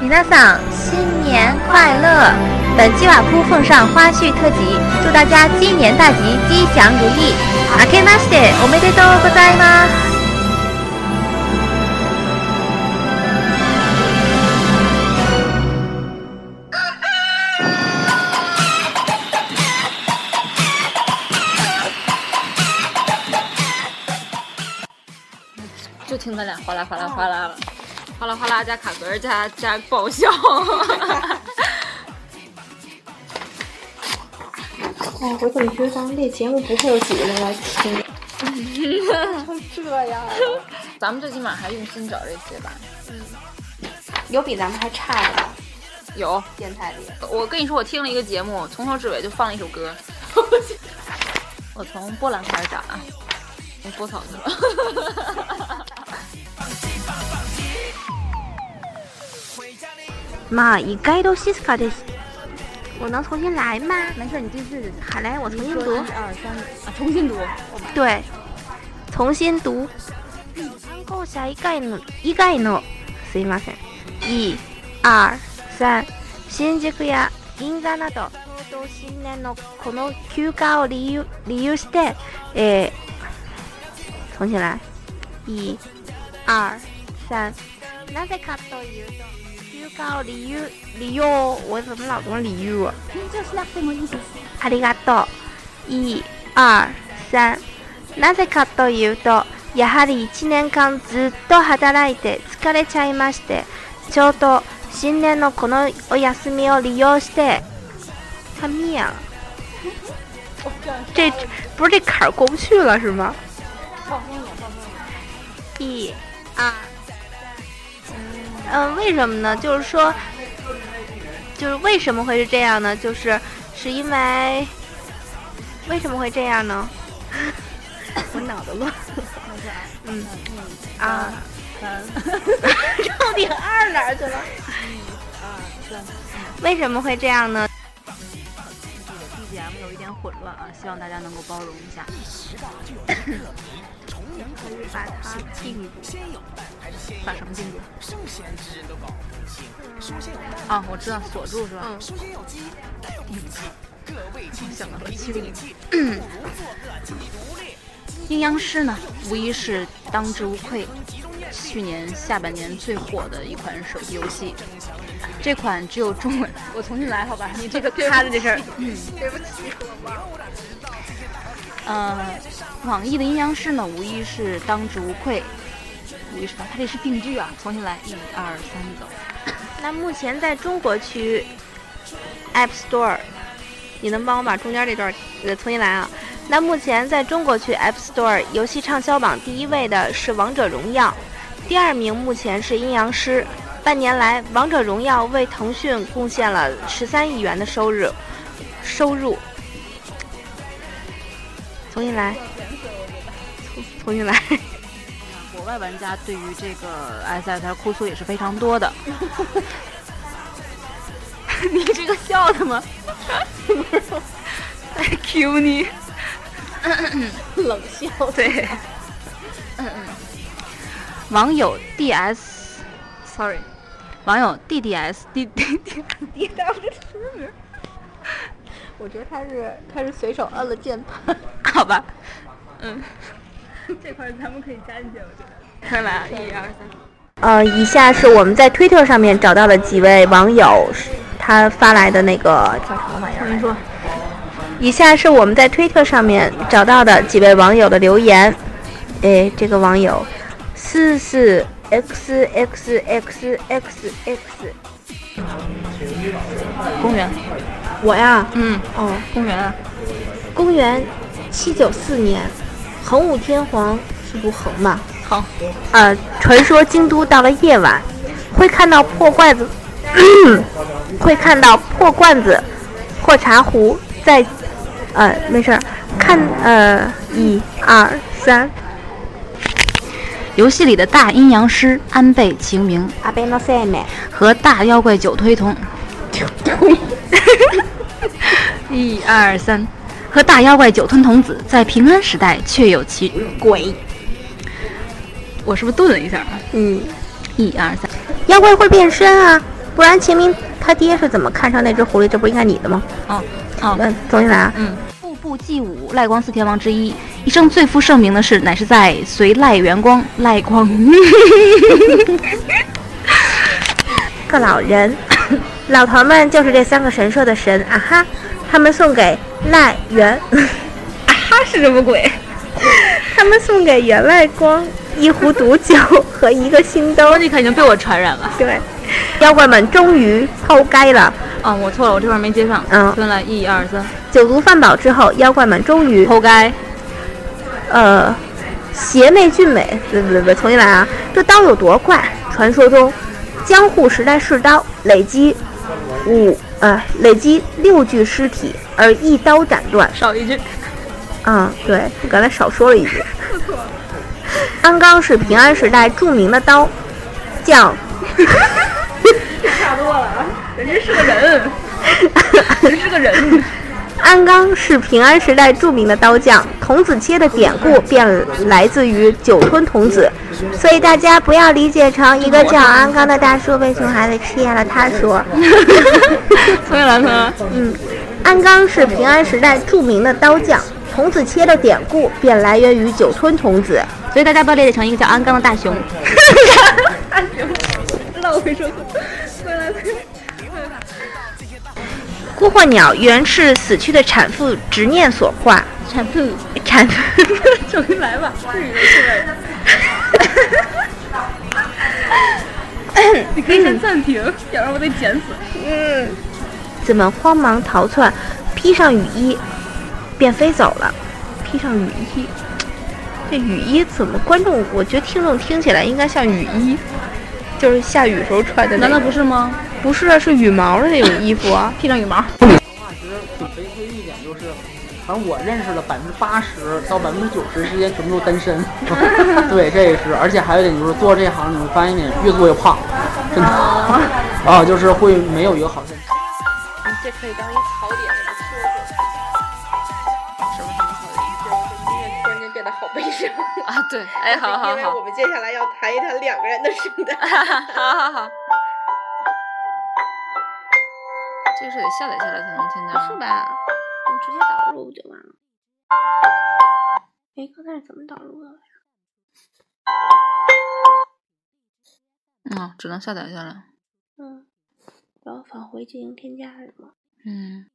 皆さん新年快乐！本期瓦扑奉上花絮特辑，祝大家鸡年大吉，吉祥如意。明けましておめでとうございます。就听咱俩哗啦哗啦哗啦了，哗啦哗啦加卡壳加加爆 笑。哎，我怎么觉得咱们这节目不会有几个人来听？这样，咱们最起码还用心找这些吧。有比咱们还差的吗？有，电台里我跟你说，我听了一个节目，从头至尾就放了一首 歌。我从波兰开始找啊，从波草去 了。まあ一回都西斯卡的，我能重新来吗？没事，你对自己。好嘞，我重新读。啊重新读，对，重新读。参考者以外の以外のすいません。一、二、三。新宿や銀座など、ちょうど新年のこの休暇を理由理由して、えー、重新来。一、二、三。なぜかというと、休暇を理由理由我怎么老读理由啊？ありがとう。一、二、三。なぜかというと、やはり1年間ずっと働いて疲れちゃいまして、ちょうど新年のこのお休みを利用して、他灭了。这不是这坎儿过不去了是吗？一、二、三。嗯，为什么呢？就是说，就是为什么会是这样呢？就是是因为为什么会这样呢？我脑子乱。嗯啊，到底二哪儿去了？为什么会这样呢？ BGM 有一点混乱啊，希望大家能够包容一下。把它禁住。把什么进去？啊，我知道，锁住是吧？嗯。想到了七零。阴阳师呢，无疑是当之无愧去年下半年最火的一款手机游戏。这款只有中文，我重新来好吧？你这个他的这事儿，呃，网易的阴阳师呢，无疑是当之无愧，无疑是当，它这是病句啊！重新来，一二三，走。那目前在中国区 App Store，你能帮我把中间这段呃重新来啊？那目前在中国区 App Store 游戏畅销榜第一位的是《王者荣耀》，第二名目前是《阴阳师》。半年来，《王者荣耀》为腾讯贡献了十三亿元的收入，收入。重新来，重重新来。 国外玩家对于这个 SSR 哭诉也是非常多的。你这个笑的吗？哎 Q 你，冷笑。对，网友 DS，sorry，网友 DDS D D D， 我觉得他是他是随手摁了键盘。 好吧，呃，以下是我们在推特上面找到的几位网友，他发来的那个叫什么玩意儿？说。以下是我们在推特上面找到的几位网友的留言。哎，这个网友四四 x x x x x，公园，我呀，嗯，哦，公园啊，公元七九四年，恒武天皇是读恒吗？好，呃，传说京都到了夜晚，会看到破罐子， 会看到破罐子或茶壶在，呃，没事儿，看，呃，一二三，游戏里的大阴阳师安倍晴明阿贝诺塞美，和大妖怪九推同， 一二三，和大妖怪九吞童子在平安时代确有其鬼。我是不是顿了一下？啊嗯，一二三，妖怪会变身啊，不然秦明他爹是怎么看上那只狐狸？这不应该你的吗？嗯嗯嗯，重新来啊！嗯，步步祭舞，赖光四天王之一，一生最负盛名的事，乃是在隋赖元光赖光个老人， 老头们就是这三个神社的神啊哈，他们送给赖元，啊哈是什么鬼？他们送给员外光一壶毒酒和一个新兜。这可已经被我传染了。对，妖怪们终于抛开了。啊，我错了，我这块没接上。嗯分了一二三，酒足饭饱之后，妖怪们终于活该。呃，邪魅俊美，不不不，重新来啊！这刀有多快？传说中，江户时代试刀累积五呃累积六具尸体，而一刀斩断。少一句。嗯，对，我刚才少说了一句。鞍钢是平安时代著名的刀匠。 差多了，人家是个人，人是个人。鞍钢是平安时代著名的刀匠，童子切的典故便来自于酒吞童子，所以大家不要理解成一个叫鞍钢的大叔被熊孩子吃下了他说。重新来，重新来。鞍钢是平安时代著名的刀匠，童子切的典故便来源于酒吞童子。所以大家不要理解成一个叫鞍钢的大 熊。孤鹤鸟原是死去的产妇执念所化，产妇，产妇 重新来吧。你可以先暂停，要不然我得剪死。怎么慌忙逃窜，披上雨衣，便飞走了。披上雨衣，这雨衣怎么？观众，我觉得听众听起来应该像雨衣，就是下雨时候穿的那难个。道不是吗？？不是啊？是羽毛的那种衣服啊 披上羽毛。其实挺悲催一点就是，反正我认识的百分之八十到百分之九十之间全部都单身。对，这也是，而且还有一点就是做这行，你会发现你越做越胖，真的。 啊，就是会没有一个好身材。这可以当一个槽点，我说说。什么什么槽点？突然间变得好悲伤，啊，对，哎，好好因为好我，们接下来要谈一谈两个人的圣诞。 好好好。这个是得下载下来才能听到，是吧？你直接导入不就完了？哎，刚才是怎么导入的？嗯，只能下载下来。嗯，然后返回进行添加是吗？嗯，